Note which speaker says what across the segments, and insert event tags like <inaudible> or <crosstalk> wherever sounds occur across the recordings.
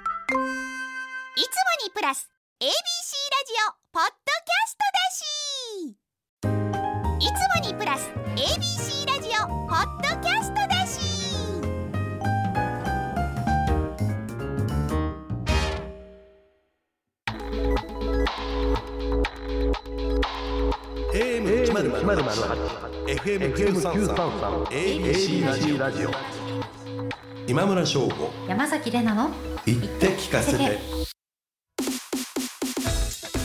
Speaker 1: いつもにプラス ABC ラジオポッドキャストだしいつもにプラス ABC ラジオポッドキャストだし
Speaker 2: 1 0 0 0 FM 九三三 ABC ラジオラジオ今村翔吾
Speaker 3: 山崎れなの
Speaker 2: 言って聞かせて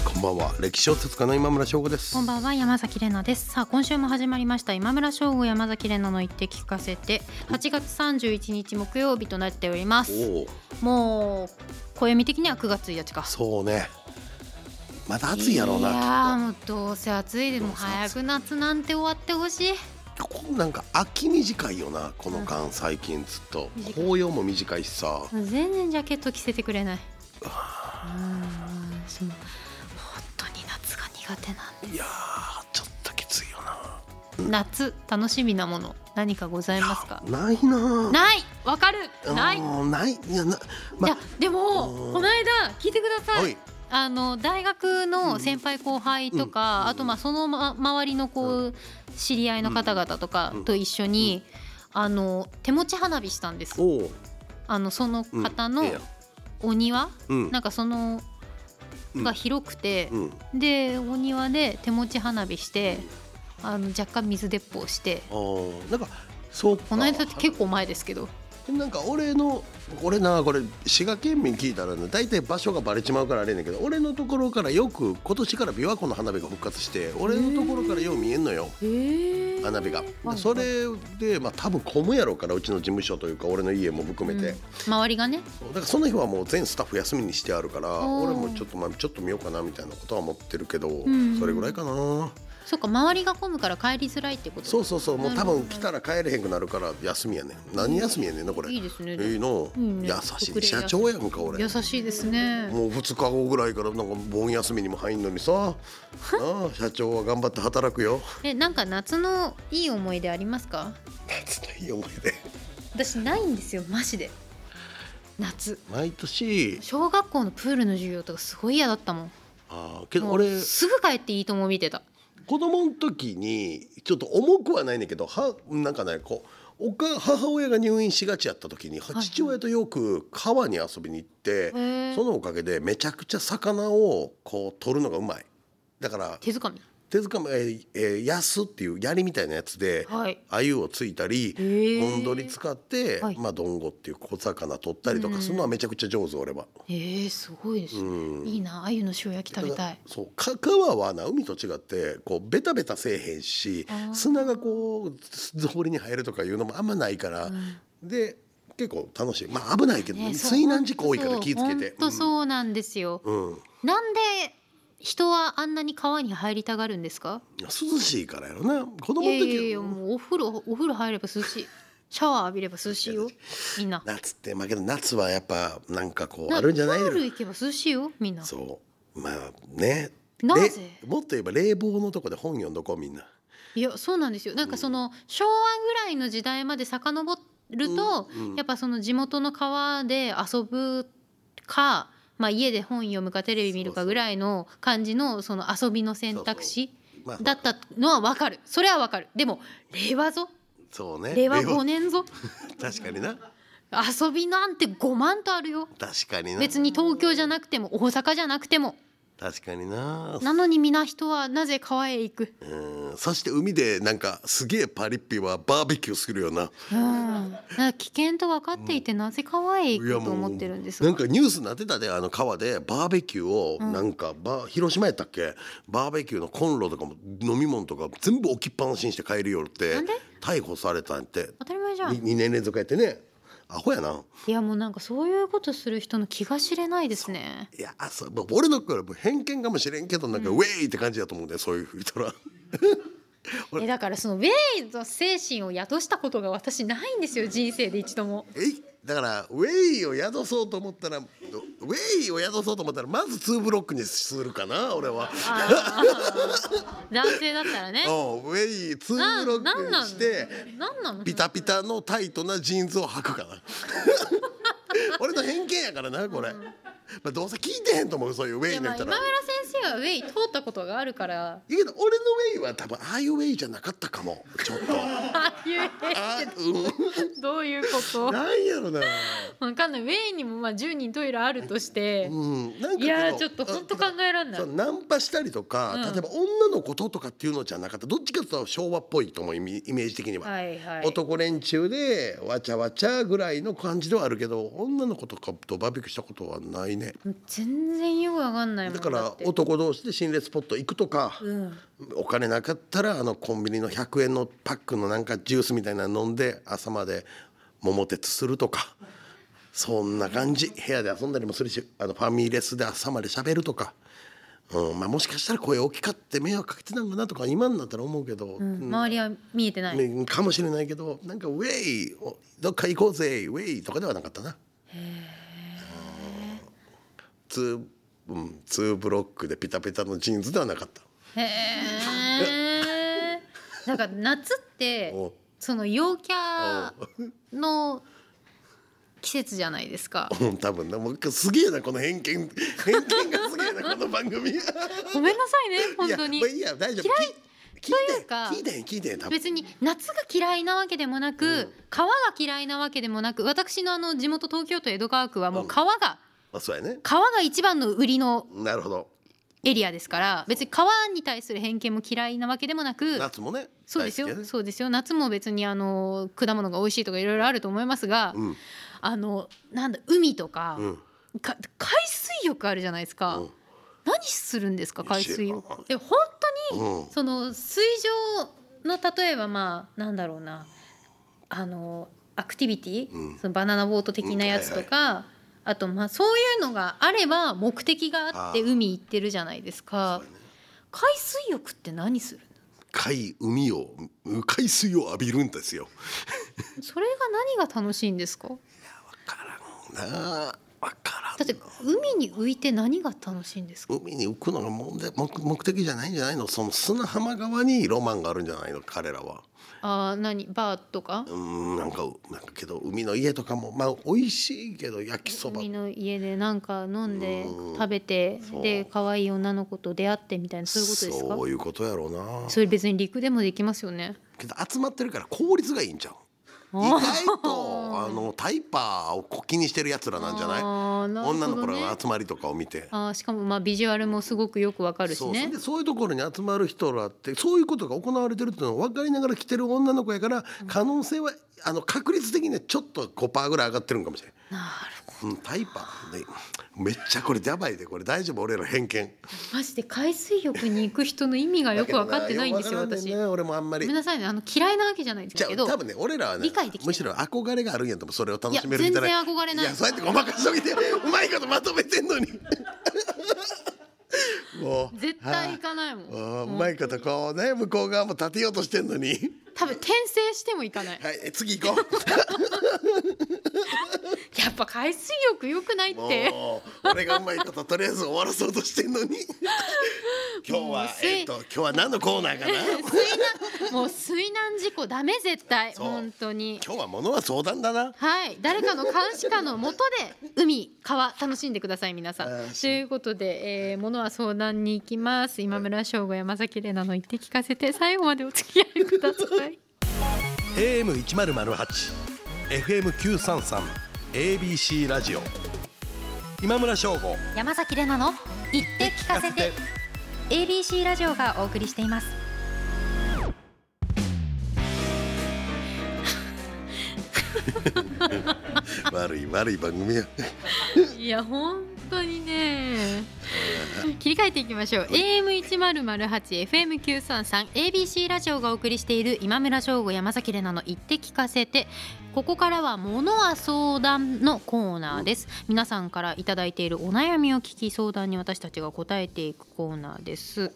Speaker 2: こんばんは歴史小説家の今村翔吾です
Speaker 3: こんばんは山崎れなですさあ今週も始まりました今村翔吾山崎れなの言って聞かせて8月31日木曜日となっております
Speaker 2: おお
Speaker 3: もう暦的には9月1日か
Speaker 2: そうねまだ暑いやろう
Speaker 3: いやー
Speaker 2: な
Speaker 3: もうどうせ暑いでもう早く夏なんて終わってほしい
Speaker 2: きっとこんなんか秋短いよなこの間最近ずっと
Speaker 3: 短い
Speaker 2: 紅葉も短いしさ
Speaker 3: もう全然ジャケット着せてくれないうんその本当に夏が苦手なんで
Speaker 2: いやーちょっときついよな
Speaker 3: 夏楽しみなもの何かございますか
Speaker 2: ないな
Speaker 3: ないわかる
Speaker 2: あ
Speaker 3: ない
Speaker 2: ーないいやなま
Speaker 3: いやでも
Speaker 2: うん
Speaker 3: この間聞いてくださ
Speaker 2: はいい
Speaker 3: あの大学の先輩後輩とか、
Speaker 2: うん
Speaker 3: あとまあその、ま、周りのこう、知り合いの方々とか
Speaker 2: うん
Speaker 3: と一緒に、あの手持ち花火したんです
Speaker 2: おお
Speaker 3: あのその
Speaker 2: うん
Speaker 3: 方
Speaker 2: ええ
Speaker 3: の
Speaker 2: やん
Speaker 3: お庭、
Speaker 2: うん
Speaker 3: なんかその
Speaker 2: うん
Speaker 3: が広くて
Speaker 2: う、ん
Speaker 3: でお庭で手持ち花火してあの若干水鉄砲して
Speaker 2: あーなんかそうか
Speaker 3: この間だって結構前ですけど
Speaker 2: なんか俺の俺なこれ滋賀県民聞いたらな大体場所がバレちまうからあれやねんけど俺のところからよく今年から琵琶湖の花火が復活して俺のところからよう見えんのよ花火がでそれでまあ多分混むやろうからうちの事務所というか俺の家も含めて、
Speaker 3: うん周りがね
Speaker 2: そうだからその日はもう全スタッフ休みにしてあるから
Speaker 3: おー
Speaker 2: 俺もちょっとまあちょっと見ようかなみたいなことは思ってるけど、
Speaker 3: ん
Speaker 2: それぐらいかな
Speaker 3: そうか周りが混むから帰りづらいってこと
Speaker 2: そうそうそうもう多
Speaker 3: なる
Speaker 2: 分
Speaker 3: ほど
Speaker 2: 来たら帰れへんくなるから休みやねん何休みやねんなこれ
Speaker 3: いいですね
Speaker 2: いいの、
Speaker 3: いいね
Speaker 2: 優しい社長やんか俺
Speaker 3: 優しいですね
Speaker 2: もう2日後ぐらいからなんか盆休みにも入んの
Speaker 3: <laughs>
Speaker 2: にさなあ社長は頑張って働くよ
Speaker 3: えなんか夏のいい思い出ありますか
Speaker 2: 夏のいい思い出
Speaker 3: 私ないんですよマジで夏
Speaker 2: 毎年
Speaker 3: 小学校のプールの授業とかすごい嫌だったもん
Speaker 2: あーけど
Speaker 3: もう
Speaker 2: 俺
Speaker 3: すぐ帰っていいとも見てた
Speaker 2: 子供の時にちょっと重くはないねんだけどはなんかねこうおか母親が入院しがちやった時に、
Speaker 3: はい
Speaker 2: 父親とよく川に遊びに行って、
Speaker 3: へえ
Speaker 2: そのおかげでめちゃくちゃ魚をこう取るのがうまいだから
Speaker 3: 手づかみ
Speaker 2: 手塚もえーえーヤスっていう槍みたいなやつで
Speaker 3: はい
Speaker 2: 鮎をついたり
Speaker 3: へー
Speaker 2: ゴンドリ使って、
Speaker 3: はい
Speaker 2: まあ、ドンゴっていう小魚取ったりと
Speaker 3: う
Speaker 2: か
Speaker 3: ん
Speaker 2: するのはめちゃくちゃ上手俺は。
Speaker 3: えー、すごいです、
Speaker 2: うん
Speaker 3: いいな鮎の塩焼き食べたい
Speaker 2: そうか川はな海と違ってこうベタベタせえへんし
Speaker 3: あー
Speaker 2: 砂がこう氷に入るとかいうのもあんまないから、
Speaker 3: うん
Speaker 2: で結構楽しいまあ危ないけど、
Speaker 3: ねそう
Speaker 2: 水難事故多いから気をつけて
Speaker 3: ほんとそうなんですよ、
Speaker 2: うんうん
Speaker 3: なんで人はあんなに川に入りたがるんですか
Speaker 2: 涼しいからやろな子供の
Speaker 3: い
Speaker 2: 時
Speaker 3: やいやいやもうお風呂お風呂入れば涼しいシャワー浴びれば涼しいよみんな
Speaker 2: 夏ってまあけど夏はやっぱなんかこう
Speaker 3: な
Speaker 2: あるんじゃない
Speaker 3: プール行けば涼しいよみんな
Speaker 2: そうまあね
Speaker 3: なぜ
Speaker 2: れもっと言えば冷房のとこで本読んどこうみんな。
Speaker 3: いやそうなんですよなんかその昭和ぐらいの時代まで遡ると、
Speaker 2: うんうん
Speaker 3: やっぱその地元の川で遊ぶか、まあ、家で本読むかテレビ見るかぐらいの感じのその遊びの選択肢
Speaker 2: まあ、
Speaker 3: だったのは分かるそれは分かるでも令和ぞ
Speaker 2: そうね
Speaker 3: 令和5年ぞ
Speaker 2: 令和確かにな
Speaker 3: 遊びなんて5万とあるよ
Speaker 2: 確かにな
Speaker 3: 別に東京じゃなくても大阪じゃなくても
Speaker 2: 確かにな
Speaker 3: なのに皆人はなぜ川へ行く
Speaker 2: うんそして海でなんかすげえパリッピはバーベキューするよな
Speaker 3: うん、だから危険と分かっていてなぜ川へ行くと思ってるんです
Speaker 2: な
Speaker 3: か
Speaker 2: んかニュースになってたであの川でバーベキューを
Speaker 3: うん
Speaker 2: なんか、バー広島やったっけバーベキューのコンロとかも飲み物とか全部置きっぱなしにして帰るよって
Speaker 3: なんで
Speaker 2: 逮捕されたんって
Speaker 3: 当たり前じゃん
Speaker 2: 2, 年連続やってねアホやない
Speaker 3: やもうなんかそういうことする人の気が知れないですね
Speaker 2: いやそうまあ俺の頃はもう偏見かもしれんけどなんかウェイって感じだと思うんだよそういう人ら <laughs> そう
Speaker 3: えだからそのウェイの精神を宿したことが私ないんですよ人生で一度も
Speaker 2: えいだからウェイを宿そうと思ったらウェイを宿そうと思ったらまず2ブロックにするかな俺は。
Speaker 3: あ
Speaker 2: <laughs>
Speaker 3: ー男性だったらね
Speaker 2: うんウェイ2
Speaker 3: な
Speaker 2: ブロ
Speaker 3: ん
Speaker 2: ッ
Speaker 3: なん
Speaker 2: ク
Speaker 3: な
Speaker 2: に
Speaker 3: の
Speaker 2: して
Speaker 3: なんなの
Speaker 2: ピタピタのタイトなジーンズを履くかな。 <laughs> 俺の偏見やからなこれ、まあ、どうせ聞いてへんと思うそういうウェイ
Speaker 3: や
Speaker 2: の
Speaker 3: まあ
Speaker 2: 人
Speaker 3: 今
Speaker 2: ら
Speaker 3: 村先生はウェイ通ったことがあるから
Speaker 2: いやけど俺のウェイは多分ああいうウェイじゃなかったかもち
Speaker 3: <laughs>
Speaker 2: ょっとあ
Speaker 3: ああいうウェ
Speaker 2: う
Speaker 3: イ <laughs> どういうこ
Speaker 2: ん
Speaker 3: と
Speaker 2: なんやろな
Speaker 3: わかんないウェイにもまあ10人トイレあるとして
Speaker 2: うんなんか
Speaker 3: いやーちょっと本当考えらんない
Speaker 2: そうナンパしたりとか、
Speaker 3: うん
Speaker 2: 例えば女の子ととかっていうのじゃなかったどっちかというと昭和っぽいと思うイメイメージ的には、
Speaker 3: はいはい
Speaker 2: 男連中でわちゃわちゃぐらいの感じではあるけど女の子とかとバーベキューしたことはないね
Speaker 3: 全然よくわかんないもん
Speaker 2: だから
Speaker 3: って
Speaker 2: 男同士で心霊スポット行くとか、
Speaker 3: うん
Speaker 2: お金なかったらあのコンビニの100円のパックのなんかジュースみたいなの飲んで朝まで桃鉄するとかそんな感じ部屋で遊んだりもするしあのファミレスで朝まで喋るとか、うんまあ、もしかしたら声大きかって迷惑かけてたのかなとか今になったら思うけど、
Speaker 3: うん周りは見えてない、
Speaker 2: ねかもしれないけどなんか「ウェイおどっか行こうぜウェイ」とかではなかったな。ツーうん、ツーブロックでピタピタのジーンズではなかった。
Speaker 3: へえ。なんか夏って
Speaker 2: お
Speaker 3: その陽キャの季節じゃないですか。
Speaker 2: うん、多分なもうすげえなこの偏見偏見がすげえ
Speaker 3: <laughs>
Speaker 2: なこの番組いや
Speaker 3: ごめんなさいね本当に
Speaker 2: まあ。いいや大丈夫
Speaker 3: 嫌い
Speaker 2: き聞い
Speaker 3: と
Speaker 2: て
Speaker 3: いうか
Speaker 2: 聞いてん聞いてん多分
Speaker 3: 別に夏が嫌いなわけでもなく、川が嫌いなわけでもなく私のあの地元東京都江戸川区はもう川が、
Speaker 2: あそうやね
Speaker 3: 川が一番の売りの
Speaker 2: なるほど
Speaker 3: エリアですから別に川に対する偏見も嫌いなわけでもなく
Speaker 2: 夏もね
Speaker 3: そうですよ、
Speaker 2: 大好きやね
Speaker 3: そうですよ夏も別にあの果物が美味しいとかいろいろあると思いますが、
Speaker 2: うん
Speaker 3: あのなんだ海とか,、
Speaker 2: うん
Speaker 3: か海水浴あるじゃないですか、
Speaker 2: うん
Speaker 3: 何するんですか海水浴
Speaker 2: 知らん
Speaker 3: で本当に
Speaker 2: うん
Speaker 3: その水上の例えばまあなんだろうなあのアクティビティ、
Speaker 2: うん
Speaker 3: そのバナナボート的なやつとか、あとまあそういうのがあれば目的があって
Speaker 2: あー
Speaker 3: 海行ってるじゃないですか、海水浴って何する
Speaker 2: 海海を海水を浴びるんですよ
Speaker 3: のそれが何が楽しいんですか
Speaker 2: 分からんなあ分からん
Speaker 3: だって海に浮いて何が楽しいんですか
Speaker 2: 海に浮くのがもんで目目的じゃないんじゃないのその砂浜側にロマンがあるんじゃないの彼らは
Speaker 3: あー何バーとか
Speaker 2: うーんなんかなんかけど海の家とかもまあ美味しいけど焼きそば
Speaker 3: 海の家でなんか飲んで
Speaker 2: うん
Speaker 3: 食べて
Speaker 2: そう
Speaker 3: で可愛い女の子と出会ってみたいなそういうことですか
Speaker 2: そういうことやろうな
Speaker 3: それ別に陸でもできますよね
Speaker 2: けど集まってるから効率がいいんじゃん意
Speaker 3: あー
Speaker 2: 外とあのタイパーをこきにしてるやつらなんじゃない
Speaker 3: あーなるほどね
Speaker 2: 女の子らの集まりとかを見て。
Speaker 3: あーしかもまあビジュアルもすごくよくわかるし
Speaker 2: そう
Speaker 3: ね
Speaker 2: でそういうところに集まる人らってそういうことが行われてるっていうのは分かりながら来てる女の子やから可能性はあの確率的にはちょっと5%ぐらい上がってるんかもしれない
Speaker 3: なるほ
Speaker 2: うん、タイパーねめっちゃこれやばいでこれ大丈夫俺ら偏見
Speaker 3: どマジで海水浴に行く人の意味がよくわかってないんですよ
Speaker 2: だけどな <laughs>
Speaker 3: 私
Speaker 2: ようわからんねんな俺もあんま
Speaker 3: ご
Speaker 2: り
Speaker 3: めんなさいねあの嫌いなわけじゃないんです
Speaker 2: じゃ
Speaker 3: け
Speaker 2: あ
Speaker 3: ど
Speaker 2: 多分ね俺らはね
Speaker 3: 理解できてない
Speaker 2: むしろ憧れがあるんやと思うそれを楽しめる
Speaker 3: いや
Speaker 2: みたいな
Speaker 3: 全然憧れない
Speaker 2: いやそうやってごまかしといてうまいことまとめてんのにもう
Speaker 3: 絶対行かないもん
Speaker 2: あうまいことこうね向こう側も立てようとしてんのに
Speaker 3: 多分転生しても行か
Speaker 2: <laughs>
Speaker 3: ない
Speaker 2: はいえ次行こ
Speaker 3: <laughs> やっぱ海水浴良くないっ
Speaker 2: うも
Speaker 3: て
Speaker 2: う俺がうまいこととりあえず終わらそうとしてんの
Speaker 3: <laughs>
Speaker 2: に今日
Speaker 3: もう
Speaker 2: は
Speaker 3: すい
Speaker 2: えっ、と今日は何のコーナーかな
Speaker 3: <laughs> もう水難事故ダメ絶対
Speaker 2: そう
Speaker 3: 本当に
Speaker 2: 今日は物は相談だな
Speaker 3: はい誰かの監視下の下で海川楽しんでください皆さん
Speaker 2: あー
Speaker 3: ということで、えー、物は相談に行きます今村翔吾山崎玲奈の言って聞かせて最後までお付き合いください
Speaker 2: AM 一ゼロゼロ八、FM 九三三、ABC ラジオ。今村翔吾。
Speaker 3: 山崎玲奈の言って聞かせて ABC ラジオがお送りしています。
Speaker 2: 悪い悪い番
Speaker 3: <laughs>
Speaker 2: 組や。
Speaker 3: いや本当にね切り替えていきましょう AM1008 FM933 ABC ラジオがお送りしている今村翔吾山崎怜奈の「言って聞かせて」ここからは「ものは相談」のコーナーです、皆さんからいただいているお悩みを聞き相談に私たちが答えていくコーナーです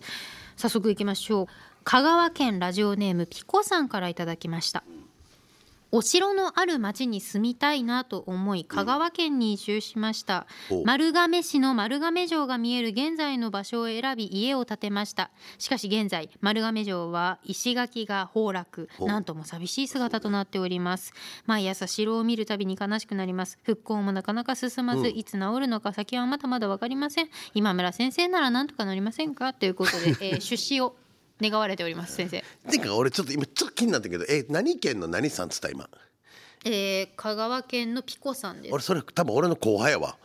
Speaker 3: 早速いきましょう香川県ラジオネームピコさんからいただきましたお城のある町に住みたいなと思い香川県に移住しました、
Speaker 2: ほう
Speaker 3: 丸亀市の丸亀城が見える現在の場所を選び家を建てましたしかし現在丸亀城は石垣が崩落
Speaker 2: ほう
Speaker 3: なんとも寂しい姿となっております毎朝城を見るたびに悲しくなります復興もなかなか進まず、
Speaker 2: うん
Speaker 3: いつ治るのか先はまだまだ分かりません今村先生ならなんとかなりませんかということ <laughs> で、えー出資を願われております先生、
Speaker 2: てか俺ちょっと今ちょっと気になったけどえ何県の何さんっつった今
Speaker 3: <laughs> えー、香川県のピコさんです
Speaker 2: 俺それ多分俺の後輩やわ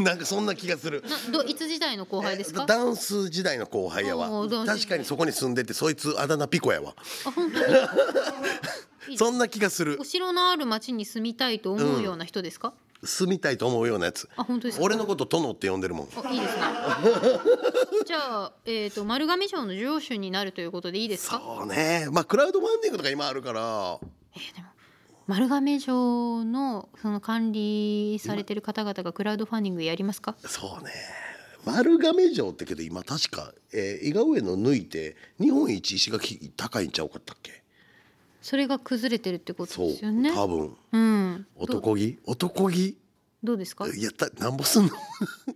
Speaker 2: <laughs> なんかそんな気がする
Speaker 3: などいつ時代の後輩ですか
Speaker 2: ダンス時代の後輩やわ
Speaker 3: おーダンス
Speaker 2: 確
Speaker 3: 時代
Speaker 2: かにそこに住んでてそいつあだ名ピコやわ
Speaker 3: あ
Speaker 2: <laughs>
Speaker 3: 本当にい
Speaker 2: そんな気がする
Speaker 3: お城のある町に住みたいと思うような人ですか、
Speaker 2: 住みたいと思うようなやつ
Speaker 3: あ本当ですか
Speaker 2: 俺のこと殿って呼んでるもん
Speaker 3: あいいで
Speaker 2: <laughs>
Speaker 3: すねじゃあ、えー、と丸亀城の城主になるということでいいですか、
Speaker 2: そうねまあクラウドファンディングとか今あるから
Speaker 3: えーでも丸亀城のその管理されてる方々がクラウドファンディングやりますか
Speaker 2: そうね丸亀城ってけど今確か、えー、伊賀上野抜いて日本一石垣高いんちゃうかったっけ
Speaker 3: それが崩れてるってこと
Speaker 2: そう
Speaker 3: ですよね
Speaker 2: 多分
Speaker 3: うんど
Speaker 2: 男気男気
Speaker 3: どうですか
Speaker 2: いやったなんぼすんの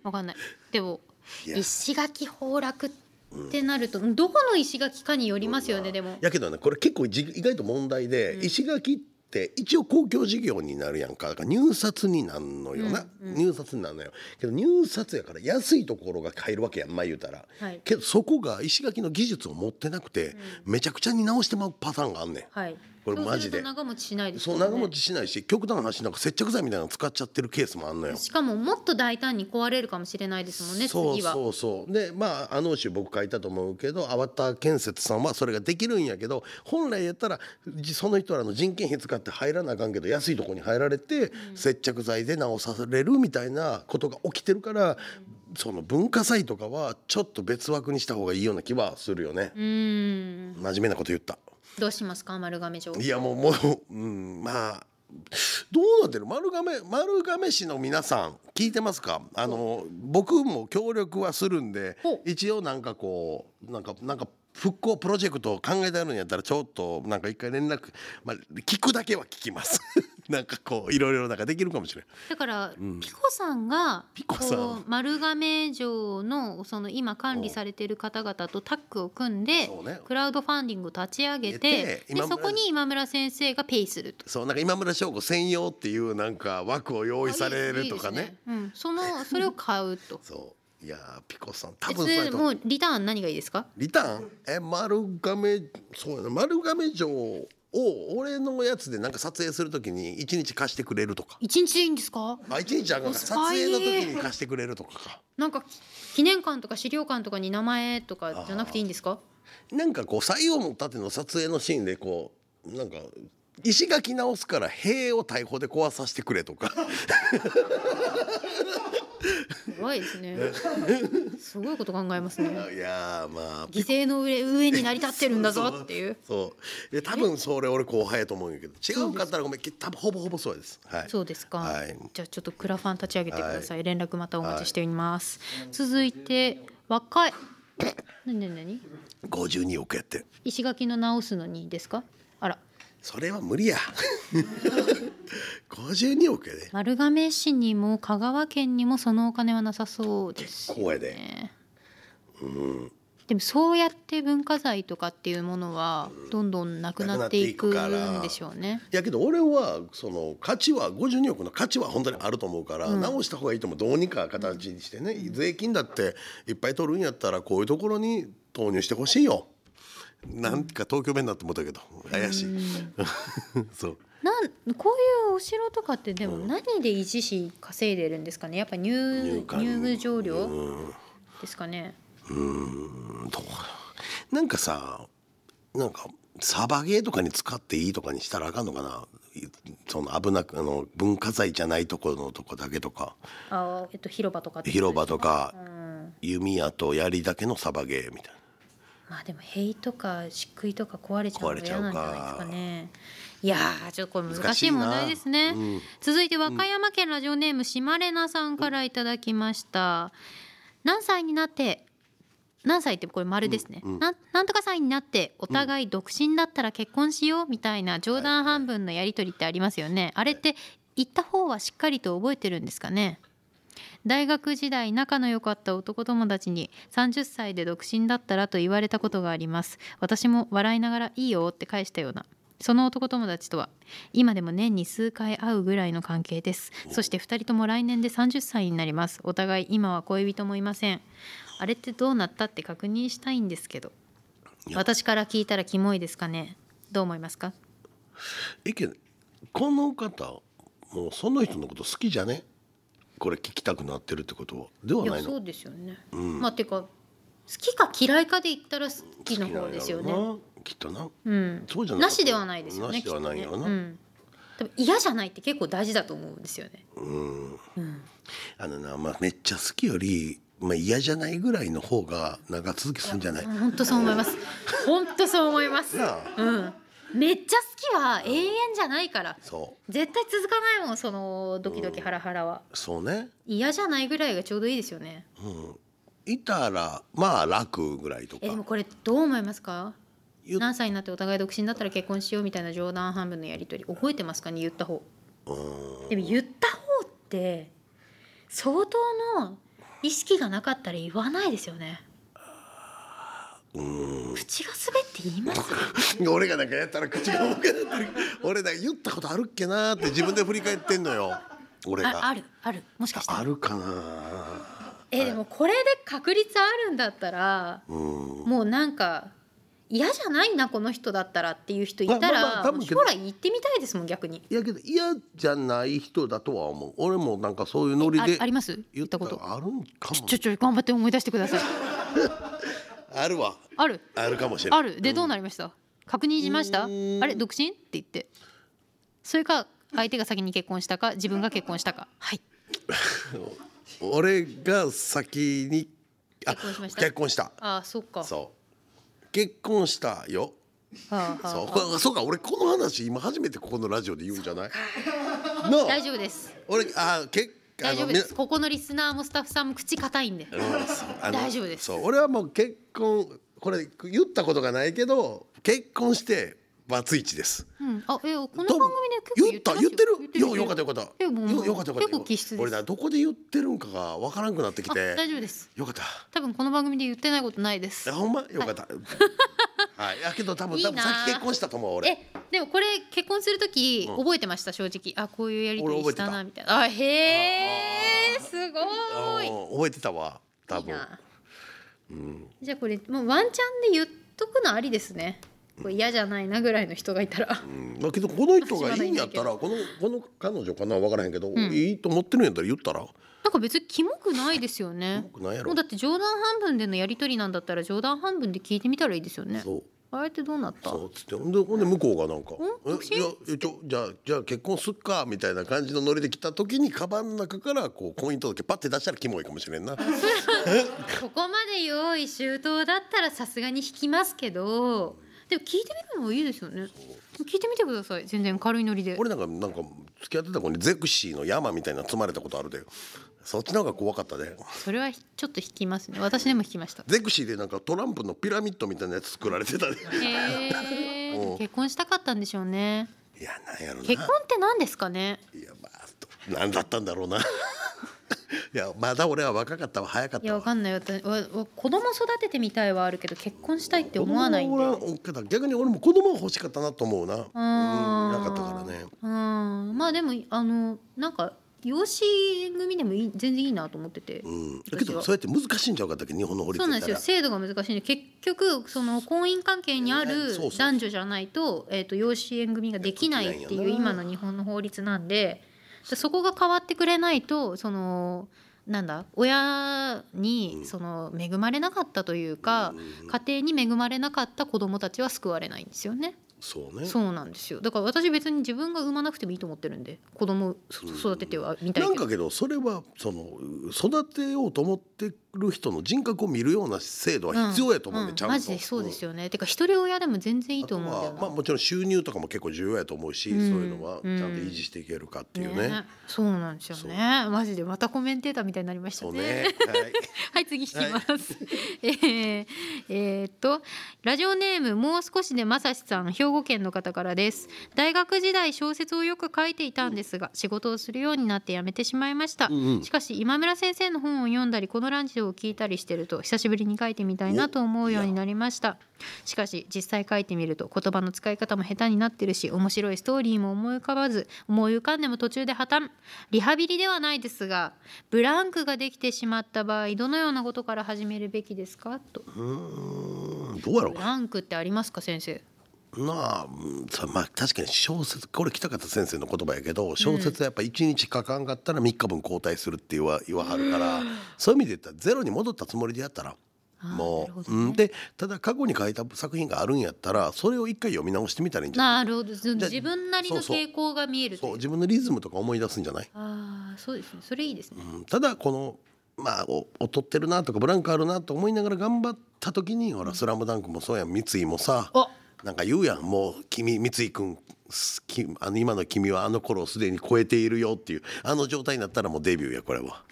Speaker 3: わかんないでも
Speaker 2: いや
Speaker 3: 石垣崩落ってなると、どこの石垣かによりますよねでも
Speaker 2: やけどねこれ結構じ意外と問題で、
Speaker 3: うん
Speaker 2: 石垣って一応公共事業になるやんかだから入札になんのよな、
Speaker 3: うんうん
Speaker 2: 入札になんのよけど入札やから安いところが買えるわけやんまあ言うたら
Speaker 3: はい
Speaker 2: けどそこが石垣の技術を持ってなくて、めちゃくちゃに直してまうパターンがあんねん
Speaker 3: はい
Speaker 2: これマジで
Speaker 3: そうすると長持ちしないです
Speaker 2: そ
Speaker 3: よ
Speaker 2: う
Speaker 3: ね
Speaker 2: 長持ちしないし極端な話なんか接着剤みたいなの使っちゃってるケースもあんのよ。
Speaker 3: しかももっと大胆に壊れるかもしれないですもんね
Speaker 2: そう
Speaker 3: 次は
Speaker 2: そうそうでまああの種僕書いたと思うけどアバター建設さんはそれができるんやけど本来やったらじその人らの人件費使って入らなあかんけど安いとこに入られて、接着剤で直されるみたいなことが起きてるから、その文化祭とかはちょっと別枠にした方がいいような気はするよね
Speaker 3: う。ーん
Speaker 2: 真面目なこと言った。
Speaker 3: どうしますか丸亀城
Speaker 2: いやもうもう、うん、まあどうなってる丸亀丸亀市の皆さん聞いてますかあの僕も協力はするんで
Speaker 3: ほう
Speaker 2: 一応なんかこうなんかなんか復興プロジェクトを考えてあるんやったらちょっとなんか一回連絡、まあ、聞くだけは聞きます <laughs> なんかこういろいろなんかできるかもしれない
Speaker 3: だから、
Speaker 2: うん
Speaker 3: ピコさんが
Speaker 2: ピコさん
Speaker 3: こう丸亀城のその今管理されている方々とタッグを組んで、
Speaker 2: そうね
Speaker 3: クラウドファンディングを立ち上げ
Speaker 2: 入れて
Speaker 3: てで
Speaker 2: 今村
Speaker 3: そこに今村先生がペイすると。
Speaker 2: そうなんか今村翔吾専用っていうなんか枠を用意されるとかね
Speaker 3: いいですうん、そのそれを買うと
Speaker 2: そういやーピコさん多分そうや
Speaker 3: 別
Speaker 2: と思う
Speaker 3: もうリターン何がいいですか
Speaker 2: リターンえ丸亀そうやな丸亀城を俺のやつでなんか撮影するときに一日貸してくれるとか
Speaker 3: 一日でいいんですか
Speaker 2: あ一日あかんか
Speaker 3: お
Speaker 2: 撮
Speaker 3: スパイ
Speaker 2: 影の時に貸してくれるとかか
Speaker 3: なんか記念館とか資料館とかに名前とかじゃなくていいんですか
Speaker 2: なんかこう採用も盾の撮影のシーンでこうなんか石垣直すから塀を大砲で壊させてくれとか
Speaker 3: すごいですねすごいこと考えますね
Speaker 2: <laughs> いやーまあ
Speaker 3: 犠牲の上上に成り立ってるん
Speaker 2: <laughs>
Speaker 3: だぞっていう
Speaker 2: そうで多分それ俺後輩やと思うんやけど違うかったらごめんけ多分ほぼほぼそうですはい
Speaker 3: そうですか、
Speaker 2: はい
Speaker 3: じゃあちょっとクラファン立ち上げてください、連絡またお待ちしております、続いて若い何何何
Speaker 2: 52億やって
Speaker 3: 石垣の直すのにですかあら
Speaker 2: それは無
Speaker 3: <laughs>
Speaker 2: 理や52億やで
Speaker 3: 丸亀市にも香川県にもそのお金はなさそうですよね
Speaker 2: 結構や
Speaker 3: でもそうやって文化財とかっていうものはどんどんなくなっていく
Speaker 2: なくなっていくから
Speaker 3: んでしょうね。
Speaker 2: いやけど俺はその価値は52億の価値は本当にあると思うから、直した方がいいともどうにか形にしてね、税金だっていっぱい取るんやったらこういうところに投入してほしいよ。なんか東京弁だと思ったけど怪しい。 <laughs> そう
Speaker 3: なんこういうお城とかってでも何で維持費稼いでるんですかねやっぱ入
Speaker 2: 入館
Speaker 3: 入場料
Speaker 2: うん
Speaker 3: ですかね
Speaker 2: どうなんかさなんかサバゲーとかに使っていいとかにしたらあかんのかないその危なくあの文化財じゃないところのとこだけとか
Speaker 3: あ、えっと、広場とかって
Speaker 2: 広場とか
Speaker 3: うん、
Speaker 2: 弓矢と槍だけのサバゲーみたいな。
Speaker 3: まあでも塀とか漆喰とか壊れちゃうの
Speaker 2: 壊れち
Speaker 3: 嫌
Speaker 2: ゃうか
Speaker 3: なんじゃないですかねいやーちょっとこれ難しい問題ですね、
Speaker 2: 難しいなうん
Speaker 3: 続いて和歌山県ラジオネームしまれなさんからいただきました、何歳になって何歳ってこれ丸ですね、
Speaker 2: うんうん
Speaker 3: なんなんとか歳になってお互い独身だったら結婚しようみたいな冗談半分のやり取りってありますよねあれって言った方はしっかりと覚えてるんですかね大学時代仲の良かった男友達に30歳で独身だったらと言われたことがあります私も笑いながらいいよって返したようなその男友達とは今でも年に数回会うぐらいの関係ですそして2人とも来年で30歳になりますお互い今は恋人もいませんあれってどうなったって確認したいんですけど
Speaker 2: いや
Speaker 3: 私から聞いたらキモいですかねどう思いますか
Speaker 2: いけどこの方もうその人のこと好きじゃねこれ聞きたくなってるってことはではいな
Speaker 3: や
Speaker 2: い
Speaker 3: そ
Speaker 2: の
Speaker 3: うですよね、
Speaker 2: うん
Speaker 3: まあてか好きか嫌いかで言ったら好き
Speaker 2: 好きな
Speaker 3: の
Speaker 2: んやろ
Speaker 3: 方
Speaker 2: うな
Speaker 3: ですよね
Speaker 2: きっとな
Speaker 3: うん
Speaker 2: そうじゃなかったら
Speaker 3: なしではないですよね
Speaker 2: なしではないよ
Speaker 3: きっ
Speaker 2: な
Speaker 3: とねうん、多分嫌じゃないって結構大事だと思うんですよね、
Speaker 2: うん
Speaker 3: うん、
Speaker 2: あのな、まあ、めっちゃ好きより、まあ、嫌じゃないぐらいの方が長続きするんじゃない
Speaker 3: 本当そう思います本当そう思います
Speaker 2: なあ
Speaker 3: うんめっちゃ好きは永遠じゃないから
Speaker 2: そ
Speaker 3: 絶対続かないもんそのドキドキハラハラは
Speaker 2: うそうね、
Speaker 3: 嫌じゃないぐらいがちょうどいいですよね
Speaker 2: うん、いたらまあ楽ぐらいとか
Speaker 3: えでもこれどう思いますか
Speaker 2: 言っ
Speaker 3: 何歳になってお互い独身だったら結婚しようみたいな冗談半分のやり取り覚えてますかね言った方
Speaker 2: うん
Speaker 3: でも言った方って相当の意識がなかったら言わないですよね
Speaker 2: うん
Speaker 3: 口が滑って言います
Speaker 2: 俺がなんかやったら口が重くなってる俺なんか言ったことあるっけなーって自分で振り返ってんのよ俺
Speaker 3: あ
Speaker 2: が
Speaker 3: あるあるもしかして
Speaker 2: あるかな
Speaker 3: えでもこれで確率あるんだったら
Speaker 2: うん
Speaker 3: もうなんか嫌じゃないなこの人だったらっていう人い
Speaker 2: ま
Speaker 3: た
Speaker 2: あまあまあ
Speaker 3: ら
Speaker 2: 多
Speaker 3: も
Speaker 2: 分
Speaker 3: う
Speaker 2: け
Speaker 3: 将
Speaker 2: ど
Speaker 3: 来行ってみたいですもん逆に
Speaker 2: いやけど嫌じゃない人だとは思う俺もなんかそういうノリ
Speaker 3: あ
Speaker 2: で
Speaker 3: あります言
Speaker 2: 言
Speaker 3: っ
Speaker 2: ったた
Speaker 3: こ
Speaker 2: こととあるんかも
Speaker 3: ちょちょ頑張って思い出してください
Speaker 2: あるわ
Speaker 3: ある
Speaker 2: あるかもしれない
Speaker 3: あるでどうなりました確認しましたあ
Speaker 2: うーん
Speaker 3: れ独身って言ってそれか相手が先に結婚したか自分が結婚したかはい
Speaker 2: 俺が先にあ
Speaker 3: 結婚しました
Speaker 2: 結婚した
Speaker 3: ああそっか
Speaker 2: そう結婚したよ
Speaker 3: はあはあ
Speaker 2: そう
Speaker 3: は
Speaker 2: こそうか俺この話今初めてここのラジオで言うんじゃない
Speaker 3: あ
Speaker 2: の
Speaker 3: <laughs> 大丈夫です
Speaker 2: 俺あ結
Speaker 3: 大丈夫です
Speaker 2: み
Speaker 3: ここのリスナーもスタッフさんも口硬いんで
Speaker 2: うんそうあの
Speaker 3: 大丈夫です
Speaker 2: そう俺はもう結婚これ言ったことがないけど結婚してバツイチです
Speaker 3: うんあえこの番組で結構
Speaker 2: 言った言ってるよよかったよかった
Speaker 3: えもうも
Speaker 2: よ
Speaker 3: う
Speaker 2: よかったよかった
Speaker 3: 結構気質です
Speaker 2: 俺などこで言ってるんかがわからんくなってき
Speaker 3: あ
Speaker 2: て
Speaker 3: 大丈夫です
Speaker 2: よかった
Speaker 3: 多分この番組で言ってないことないです
Speaker 2: あほんまよかった。はい、いやけど多分
Speaker 3: いいな
Speaker 2: 多分先結婚したと思う俺。
Speaker 3: えでもこれ結婚する時
Speaker 2: うん
Speaker 3: 覚えてました正直あこういうやり取り
Speaker 2: 俺覚え
Speaker 3: して
Speaker 2: た
Speaker 3: たなみたいなあへ
Speaker 2: あ
Speaker 3: え
Speaker 2: ー
Speaker 3: すご
Speaker 2: うん
Speaker 3: い
Speaker 2: 覚えてたわ多
Speaker 3: いい
Speaker 2: 分。
Speaker 3: な
Speaker 2: うん、
Speaker 3: じゃあこれもうワンチャンで言っとくのありですねこれ嫌じゃないなぐらいの人がいたら
Speaker 2: うん、まあけどこの人がいいんやった
Speaker 3: 知ら
Speaker 2: らこのこの彼女かなわからへんけど、
Speaker 3: ん
Speaker 2: いいと思ってるんやったら言ったら。
Speaker 3: なんか別にキモくないですよね
Speaker 2: 僕なんや
Speaker 3: も
Speaker 2: ろ
Speaker 3: うだ。って冗談半分でのやり取りなんだったら冗談半分で聞いてみたらいいですよね
Speaker 2: そう
Speaker 3: あれってどうなった
Speaker 2: そうつってほんでほんで向こうがなんか
Speaker 3: ん独身
Speaker 2: いやえちょじゃあじゃあ結婚すっかみたいな感じのノリで来た時にカバンの中からこう婚姻届パッて出したらキモいかもしれんな。
Speaker 3: ここまで用意周到だったらさすがに引きますけどでも聞いてみるのもいいですよね聞いてみてください全然軽いノリで
Speaker 2: 俺なんかなんか付き合ってた子にゼクシーの山みたいなの積まれたことあるで。そっちの方が怖かったで。
Speaker 3: それはひちょっと引きますね私でも引きました
Speaker 2: ゼクシーでなんかトランプのピラミッドみたいなやつ作られてた <laughs> ね
Speaker 3: へ
Speaker 2: <laughs> お
Speaker 3: え
Speaker 2: う
Speaker 3: 結婚したかったんでしょうね
Speaker 2: いやなんやろな
Speaker 3: 結婚って何ですかね
Speaker 2: いやまあ何だったんだろうな <laughs> いやまだ俺は若かったわ早かっ
Speaker 3: い
Speaker 2: た
Speaker 3: やわ
Speaker 2: わ
Speaker 3: かんない私わわ子供育ててみたいはあるけど結婚したいって思わないん
Speaker 2: 子
Speaker 3: で
Speaker 2: 供はおらんけど逆に俺も子供は欲しかったなと思うなうん
Speaker 3: あー
Speaker 2: なかったからね
Speaker 3: うんまあでもあのなんか養子組でもいい全然いいなと思ってて、
Speaker 2: うんだけどそうやって難しいんちゃうかったっけ日本の法律
Speaker 3: そう
Speaker 2: や
Speaker 3: な
Speaker 2: っ
Speaker 3: んで
Speaker 2: た
Speaker 3: すよ
Speaker 2: ら
Speaker 3: 制度が難しいんで結局その婚姻関係に
Speaker 2: そ
Speaker 3: あ
Speaker 2: う
Speaker 3: る
Speaker 2: そうそう
Speaker 3: 男女じゃないと,、えー、と養子縁組ができないって
Speaker 2: できないいうよな
Speaker 3: 今の日本の法律なんでそこが変わってくれないとそのなんだ親
Speaker 2: う
Speaker 3: に
Speaker 2: ん
Speaker 3: その恵まれなかったというか、家庭に恵まれなかった子どもたちは救われないんですよね。
Speaker 2: そうね
Speaker 3: そうなんですよだから私別に自分が産まなくてもいいと思ってるんで子供をそ育ててはみたい
Speaker 2: な
Speaker 3: け
Speaker 2: ん
Speaker 3: ど
Speaker 2: かけどそれはその育てようと思ってる人の人格を見るような制度は必要やと思うんで、
Speaker 3: ん
Speaker 2: ちゃんと、
Speaker 3: マジでそうですよね、てか一人親でも全然いいと思うんだ
Speaker 2: あ
Speaker 3: よ
Speaker 2: と
Speaker 3: な
Speaker 2: はまあもちろん収入とかも結構重要やと思うし、
Speaker 3: うん
Speaker 2: そういうのはちゃんと維持していけるかっていうね。
Speaker 3: そうなんですよねマジでまたコメンテーターみたいになりました
Speaker 2: そう
Speaker 3: ね
Speaker 2: ね。はい。
Speaker 3: はい次引きます、 <laughs> えーえーっとラジオネームもう少しでまさしさん兵庫県の方からです大学時代小説をよく書いていたんですが、仕事をするようになってやめてしまいました、
Speaker 2: うんうん
Speaker 3: しかし今村先生の本を読んだりこのランジオを聞いたりしてると久しぶりに書いてみたいなと思うようになりましたしかし実際書いてみると言葉の使い方も下手になってるし面白いストーリーも思い浮かばず思い浮かんでも途中で破綻リハビリではないですがブランクができてしまった場合どのようなことから始めるべきですかと
Speaker 2: <laughs> うーんどうやろう
Speaker 3: ブランクってありますか先生
Speaker 2: なあ、うんさまあ確かに小説これ北方先生の言葉やけど小説はやっぱ1日書かんかったら3日分交代するって言わ言わはるから、そういう意味で言ったらゼロに戻ったつもりでやったら
Speaker 3: あー
Speaker 2: も
Speaker 3: なる
Speaker 2: う
Speaker 3: ほ、どね
Speaker 2: うんでただ過去に書いた作品があるんやったらそれを一回読み直してみたらいいんじゃない
Speaker 3: なるほど自分なり
Speaker 2: そう
Speaker 3: の
Speaker 2: そう
Speaker 3: 傾向が見えるとい
Speaker 2: そう
Speaker 3: う
Speaker 2: 自分のリズムとか思い出すんじゃない、
Speaker 3: ああそうですねそれいいですね
Speaker 2: うん、ただこのまあお劣ってるなとかブランクあるなと思いながら頑張った時にほら「スラムダンクもそうやん三井もさ
Speaker 3: あ
Speaker 2: なんか言うやんもう君三井君すきあの今の君はあの頃をすでに超えているよっていうあの状態になったらもうデビューやこれは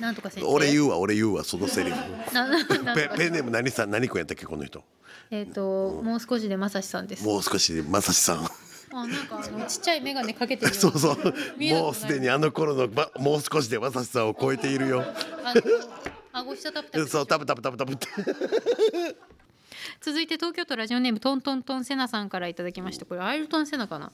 Speaker 3: なんとか先生
Speaker 2: 俺言うわ俺言うわそのセリフ
Speaker 3: なななんと
Speaker 2: ペ
Speaker 3: か
Speaker 2: ペンネーム何さん何君やったっけこの人
Speaker 3: えっ、と、もう少しでまさしさんです。
Speaker 2: もう少しで正志さん
Speaker 3: あ、なんかあのちっちゃい眼鏡かけてるよ。
Speaker 2: そうそう
Speaker 3: 見えなくなる
Speaker 2: もうすでにあの頃のばもう少しで正志さんを超えている <laughs> よ
Speaker 3: あの顎下タプタプでしょ
Speaker 2: そうタブタブタブタブって
Speaker 3: 続いて東京都ラジオネームトントントンセナさんからいただきましたこれアイルトンセナかな、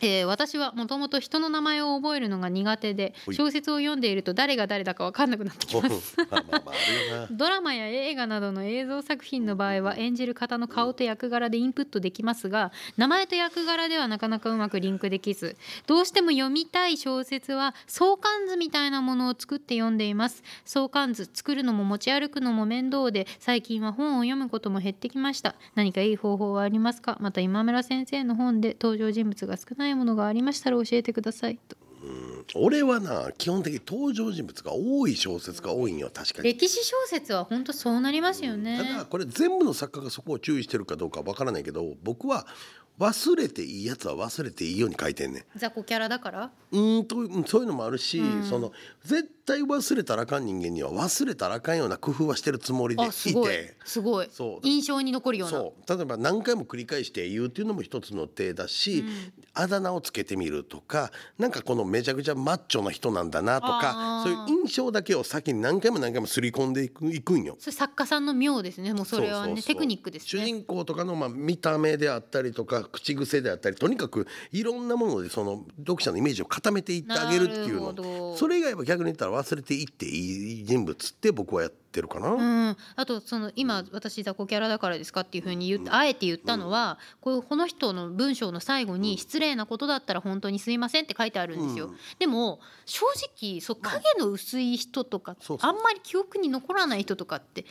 Speaker 3: えー私はもともと人の名前を覚えるのが苦手で
Speaker 2: ほい
Speaker 3: 小説を読んでいると誰が誰だか分かんなくなってき
Speaker 2: ま
Speaker 3: ま
Speaker 2: あ
Speaker 3: す
Speaker 2: まあまああるよな
Speaker 3: ドラマや映画などの映像作品の場合は演じる方の顔と役柄でインプットできますが名前と役柄ではなかなかうまくリンクできずどうしても読みたい小説は相関図みたいなものを作って読んでいます相関図作るのも持ち歩くのも面倒で最近は本を読むことも減ってきました何かいい方法はありますかまた今村先生の本で登場人物が少ないものがありましたら教えてくださいと
Speaker 2: <laughs> 俺はな基本的に登場人物が多い小説が多いんよ確かに
Speaker 3: 歴史小説は本当そうなりますよね
Speaker 2: ただこれ全部の作家がそこを注意してるかどうかわからないけど僕は忘れていいやつは忘れていいように書いてんねん
Speaker 3: 雑魚キャラだから
Speaker 2: うーんとうんそういうのもあるし、その絶対忘れたらあかん人間には忘れたらあかんような工夫はしてるつもりでい
Speaker 3: あすごい
Speaker 2: て。
Speaker 3: すごい
Speaker 2: そう
Speaker 3: 印象に残るような
Speaker 2: そう例えば何回も繰り返して言うっていうのも一つの手だし、あだ名をつけてみるとかなんかこのめちゃくちゃマッチョな人なんだなと
Speaker 3: あ
Speaker 2: か
Speaker 3: ー
Speaker 2: そういう印象だけを先に何回も何回も刷り込んでいくいくんよ。
Speaker 3: それ作家さんの妙ですねもうそれはね
Speaker 2: ううう
Speaker 3: テクニックです
Speaker 2: 主
Speaker 3: ね
Speaker 2: 人公とかのまあ見た目であったりとか口癖であったりとにかくいろんなものでその読者のイメージを固めていってあげるっていう
Speaker 3: なるほど
Speaker 2: のそれ以外は逆に言ったら忘れていっていい人物って僕はやってるかな。
Speaker 3: うん、あとその今私雑魚キャラだからですかっていうふうに言ってあえて言ったのはこういうこの人の文章の最後に失礼なことだったら本当にすいませんって書いてあるんですよ、でも正直そう影の薄い人とか
Speaker 2: そうそう
Speaker 3: あんまり記憶に残らない人とかって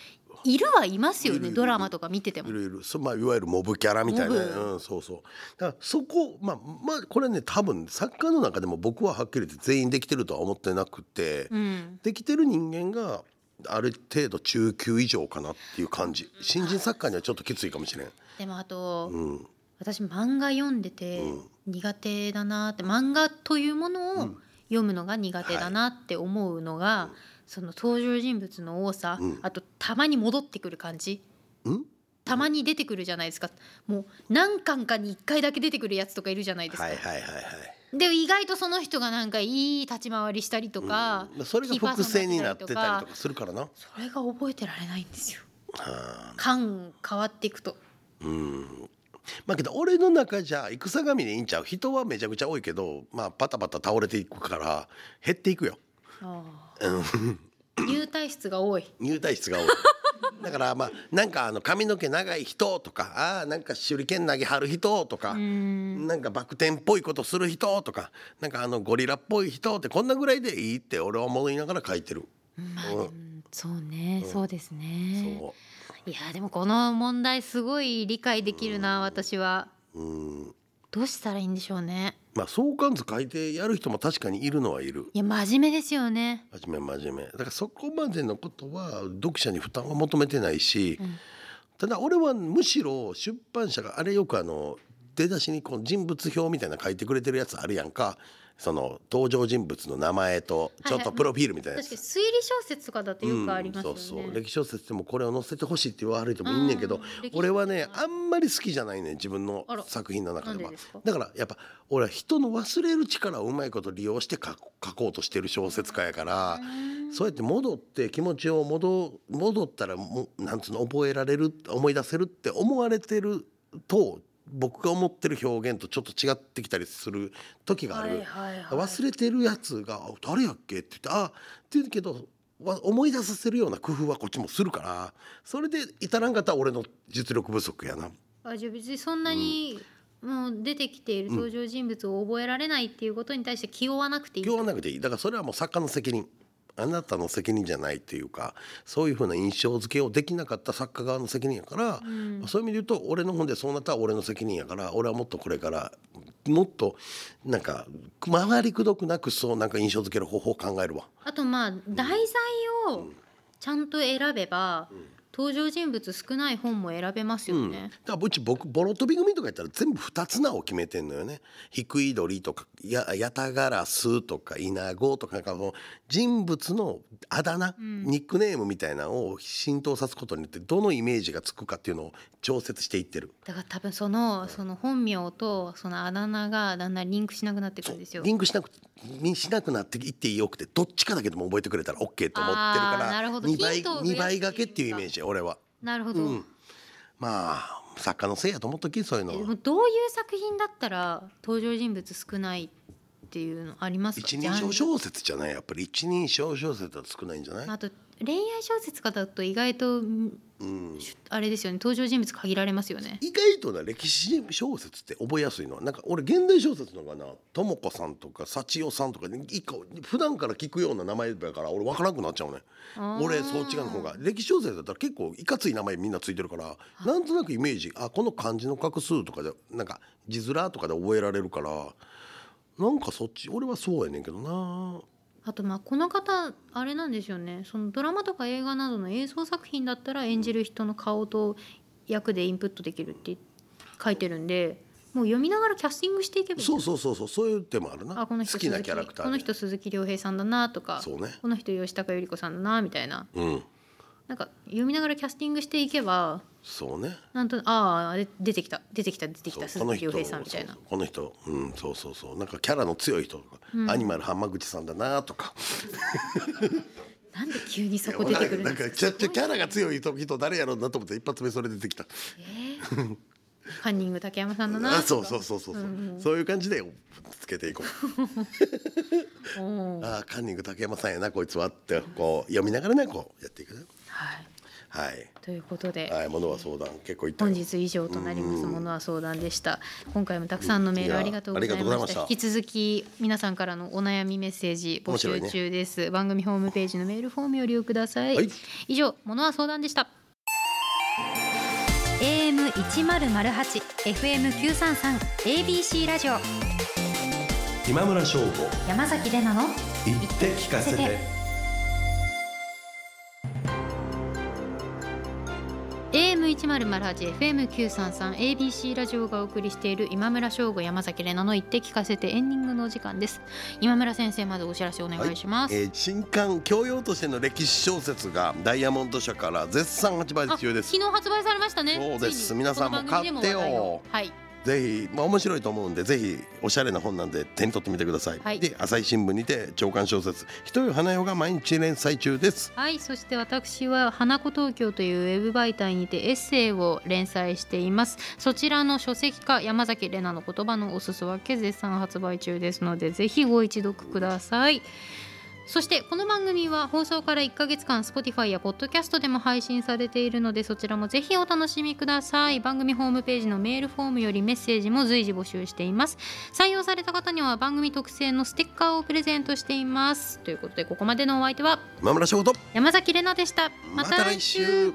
Speaker 3: いるはいますよ
Speaker 2: いるい
Speaker 3: ね
Speaker 2: る
Speaker 3: ドラマとか見てても
Speaker 2: いろいろそまあ、いわゆるモブキャラみたいな、
Speaker 3: モブ
Speaker 2: うん、そうそうだからそこまあまあこれね多分作家の中でも僕ははっきり言って全員できてるとは思ってなくて、
Speaker 3: うん
Speaker 2: できてる人間がある程度中級以上かなっていう感じ新人作家にはちょっときついかもしれん。
Speaker 3: でもあと、
Speaker 2: うん
Speaker 3: 私漫画読んでて
Speaker 2: うん
Speaker 3: 苦手だなって漫画というものを読むのが苦手だなって思うのが、その登場人物の多さ、
Speaker 2: うん
Speaker 3: あとたまに戻ってくる感じ
Speaker 2: うん
Speaker 3: たまに出てくるじゃないですかもう何巻かに1回だけ出てくるやつとかいるじゃないですか、
Speaker 2: はいはいはいはい。
Speaker 3: で意外とその人がなんかいい立ち回りしたりとか、
Speaker 2: うんそれが
Speaker 3: キーパー
Speaker 2: 複
Speaker 3: ソン
Speaker 2: 製になってたりと
Speaker 3: とか
Speaker 2: かするからな。
Speaker 3: それが覚えてられないんですよ
Speaker 2: あ
Speaker 3: 巻変わっていくと
Speaker 2: ーうん。まあけど俺の中じゃ戦神でいいんちゃう人はめちゃくちゃ多いけど、まあ、パタパタ倒れていくから減っていくよ
Speaker 3: あー入退室が多い
Speaker 2: 入退室が多
Speaker 3: <laughs>
Speaker 2: いだからまあなんかあの髪の毛長い人とかあーなんか手裏剣投げ張る人とかなんかバク転っぽいことする人とかなんかあのゴリラっぽい人ってこんなぐらいでいいって俺は思いながら書いてる。うん
Speaker 3: そうね、そうですね
Speaker 2: そ
Speaker 3: いやでもこの問題すごい理解できるな私は
Speaker 2: ううん
Speaker 3: どうしたらいいんでしょうね
Speaker 2: まあ相関図書いてやる人も確かにいるのはいる
Speaker 3: いや真面目ですよね。
Speaker 2: 真面目真面目だからそこまでのことは読者に負担は求めてないし、
Speaker 3: うん
Speaker 2: ただ俺はむしろ出版社があれよくあの出だしにこう人物表みたいなの書いてくれてるやつあるやんかその登場人物の名前とちょっ
Speaker 3: はい
Speaker 2: と
Speaker 3: はい
Speaker 2: プロフィールみたいなや
Speaker 3: 確
Speaker 2: つ
Speaker 3: かに推理小説とかだとよくありますよね。
Speaker 2: うん、そうそう歴史小説でもこれを載せてほしいって言われてもいいんねんけど、
Speaker 3: うん歴史小説
Speaker 2: 俺はねあんまり好きじゃないねん自分の
Speaker 3: あら
Speaker 2: 作品の
Speaker 3: な
Speaker 2: 中
Speaker 3: ん
Speaker 2: で
Speaker 3: で
Speaker 2: は
Speaker 3: ですか。
Speaker 2: だからやっぱ俺は人の忘れる力をうまいこと利用して書こ書こうとしてる小説家やから、
Speaker 3: うん
Speaker 2: そうやって戻って気持ちを戻戻ったらもうなんつうの覚えられる思い出せるって思われてると僕が思ってる表現とちょっと違ってきたりする時がある。
Speaker 3: はいはいはい。
Speaker 2: 忘れてるやつがあ「誰やっけ?」って言って「あって言うけどわ思い出させるような工夫はこっちもするからそれで至らんかったら俺の実力不足やな。
Speaker 3: あじゃあ別にそんなに、もう出てきている登場人物を覚えられないっていうことに対して気負わなくていい。
Speaker 2: 今日はなくていいだからそれはもう作家の責任あなたの責任じゃないっていうかそういうふうな印象付けをできなかった作家側の責任やから、
Speaker 3: うん
Speaker 2: そういう意味で言うと俺の本でそうなったら俺の責任やから俺はもっとこれからもっとなんか回りくどくなくそうなんか印象付ける方法を考えるわ。
Speaker 3: あとまあ題材をちゃんと選べば、登場人物少ない本も選べますよ
Speaker 2: うん、だ
Speaker 3: ね。
Speaker 2: からうち僕ボロ飛び組とかやったら全部二つ名を決めてんのよね。低い鳥とかやヤタガラスとかイナゴとかなんかもう人物のあだ名、
Speaker 3: うん
Speaker 2: ニックネームみたいなのを浸透させることによってどのイメージがつくかっていうのを調節していってる。
Speaker 3: だから多分そのその本名とそのあだ名がだんだんリンクしなくなってくるんですよ。
Speaker 2: リンクしなくにしなくなっていってよくてどっちかだけでも覚えてくれたら OK と思ってるか
Speaker 3: あーな
Speaker 2: ら
Speaker 3: るほど
Speaker 2: 2倍
Speaker 3: ヒントを増やして
Speaker 2: 二倍掛けっていうイメージ俺は。
Speaker 3: なるほ
Speaker 2: う
Speaker 3: ど。
Speaker 2: ん、まあ作家のせいやと思っときそういうの
Speaker 3: えで
Speaker 2: は
Speaker 3: も。どういう作品だったら登場人物少ないっていうのありますか？
Speaker 2: 一人称小説じゃないやっぱり一人称小説は少ないんじゃない、
Speaker 3: あと恋愛小説家だと意外とん
Speaker 2: うん、
Speaker 3: あれですよね登場人物限られますよね。
Speaker 2: 意外とな歴史小説って覚えやすいのはなんか俺現代小説の方がなとも子さんとか幸代さんとか一個普段から聞くような名前だから俺わからなくなっちゃうね俺そっち側の方が歴史小説だったら結構いかつい名前みんなついてるからなんとなくイメージあこの漢字の画数とかでなんか字面とかで覚えられるからなんかそっち俺はそうやねんけどな
Speaker 3: あとまあこの方あれなんですよねそのドラマとか映画などの映像作品だったら演じる人の顔と役でインプットできるって書いてるんでもう読みながらキャスティングしていけばいい
Speaker 2: そうそうそうそうそういう手もあるな
Speaker 3: あこの人
Speaker 2: 好きなキャラクター
Speaker 3: この
Speaker 2: で
Speaker 3: 人鈴木亮平さんだなとか
Speaker 2: そうね
Speaker 3: この人吉高由里子さんだなみたいな
Speaker 2: うん
Speaker 3: なんか読みながらキャスティングしていけば
Speaker 2: そうね
Speaker 3: なんとああで出てきた出てきた出てき
Speaker 2: そう
Speaker 3: た
Speaker 2: こ
Speaker 3: 鈴
Speaker 2: の
Speaker 3: 木
Speaker 2: 人
Speaker 3: 亮平さんみたい
Speaker 2: そ
Speaker 3: な
Speaker 2: うそうこの人うんそうそうそうなんかキャラの強い人とか、アニマル浜口さんだなとか
Speaker 3: なんで急にそこ出てくるん
Speaker 2: な
Speaker 3: で
Speaker 2: ん
Speaker 3: す
Speaker 2: か
Speaker 3: か
Speaker 2: ちょっとキャラが強い人人誰やろうなと思って一発目それ出てきた
Speaker 3: えーカンニング竹山さんだなと
Speaker 2: あ
Speaker 3: か
Speaker 2: そうそうそうそうそう、そういう感じでつけていこ <laughs> う
Speaker 3: うんはい
Speaker 2: あーカンニング竹山さんやなこいつはってこう読みながらねこうやっていくねはい
Speaker 3: ということで、
Speaker 2: はいものは相談結構いったよ
Speaker 3: 本日以上となりますものは相談でした今回もたくさんのメールありがとうございま
Speaker 2: いやありがとうござい
Speaker 3: し
Speaker 2: ま
Speaker 3: た
Speaker 2: した
Speaker 3: 引き続き皆さんからのお悩みメッセージ募集中です、番組ホームページのメールフォームよりお利用ください、
Speaker 2: はい
Speaker 3: 以上ものは相談でした AM 一ゼロゼ八 FM 九三三 ABC ラジオ
Speaker 2: 今村翔吾
Speaker 3: 山崎れなの
Speaker 2: 言って聞か
Speaker 3: せて AM 一ゼロゼ八 FM 九三三 ABC ラジオがお送りしている今村翔吾山崎れなの言って聞かせてエンディングのお時間です今村先生まずお知らせお願いします、
Speaker 2: えー新刊教養としての歴史小説がダイヤモンド社から絶賛発売
Speaker 3: あ
Speaker 2: 中です
Speaker 3: 昨日発売されましたね
Speaker 2: そうです
Speaker 3: ついに
Speaker 2: 皆さんも
Speaker 3: この番組で
Speaker 2: 買ってよ
Speaker 3: 話題をはい
Speaker 2: ぜひ、まあ、面白いと思うんでぜひおしゃれな本なんで手に取ってみてください、
Speaker 3: はい
Speaker 2: で朝日新聞にて長官小説「ひとよ花よ」が毎日連載中です
Speaker 3: はい、そして私は花子東京というウェブ媒体にてエッセイを連載しています。そちらの書籍化山崎れなの言葉のおすそ分け絶賛発売中ですので、ぜひご一読ください。そしてこの番組は放送から1ヶ月間 Spotify や Podcast でも配信されているのでそちらもぜひお楽しみください番組ホームページのメールフォームよりメッセージも随時募集しています採用された方には番組特製のステッカーをプレゼントしていますということでここまでのお相手は
Speaker 2: 今村翔吾と
Speaker 3: 山崎れなでした。
Speaker 2: また来週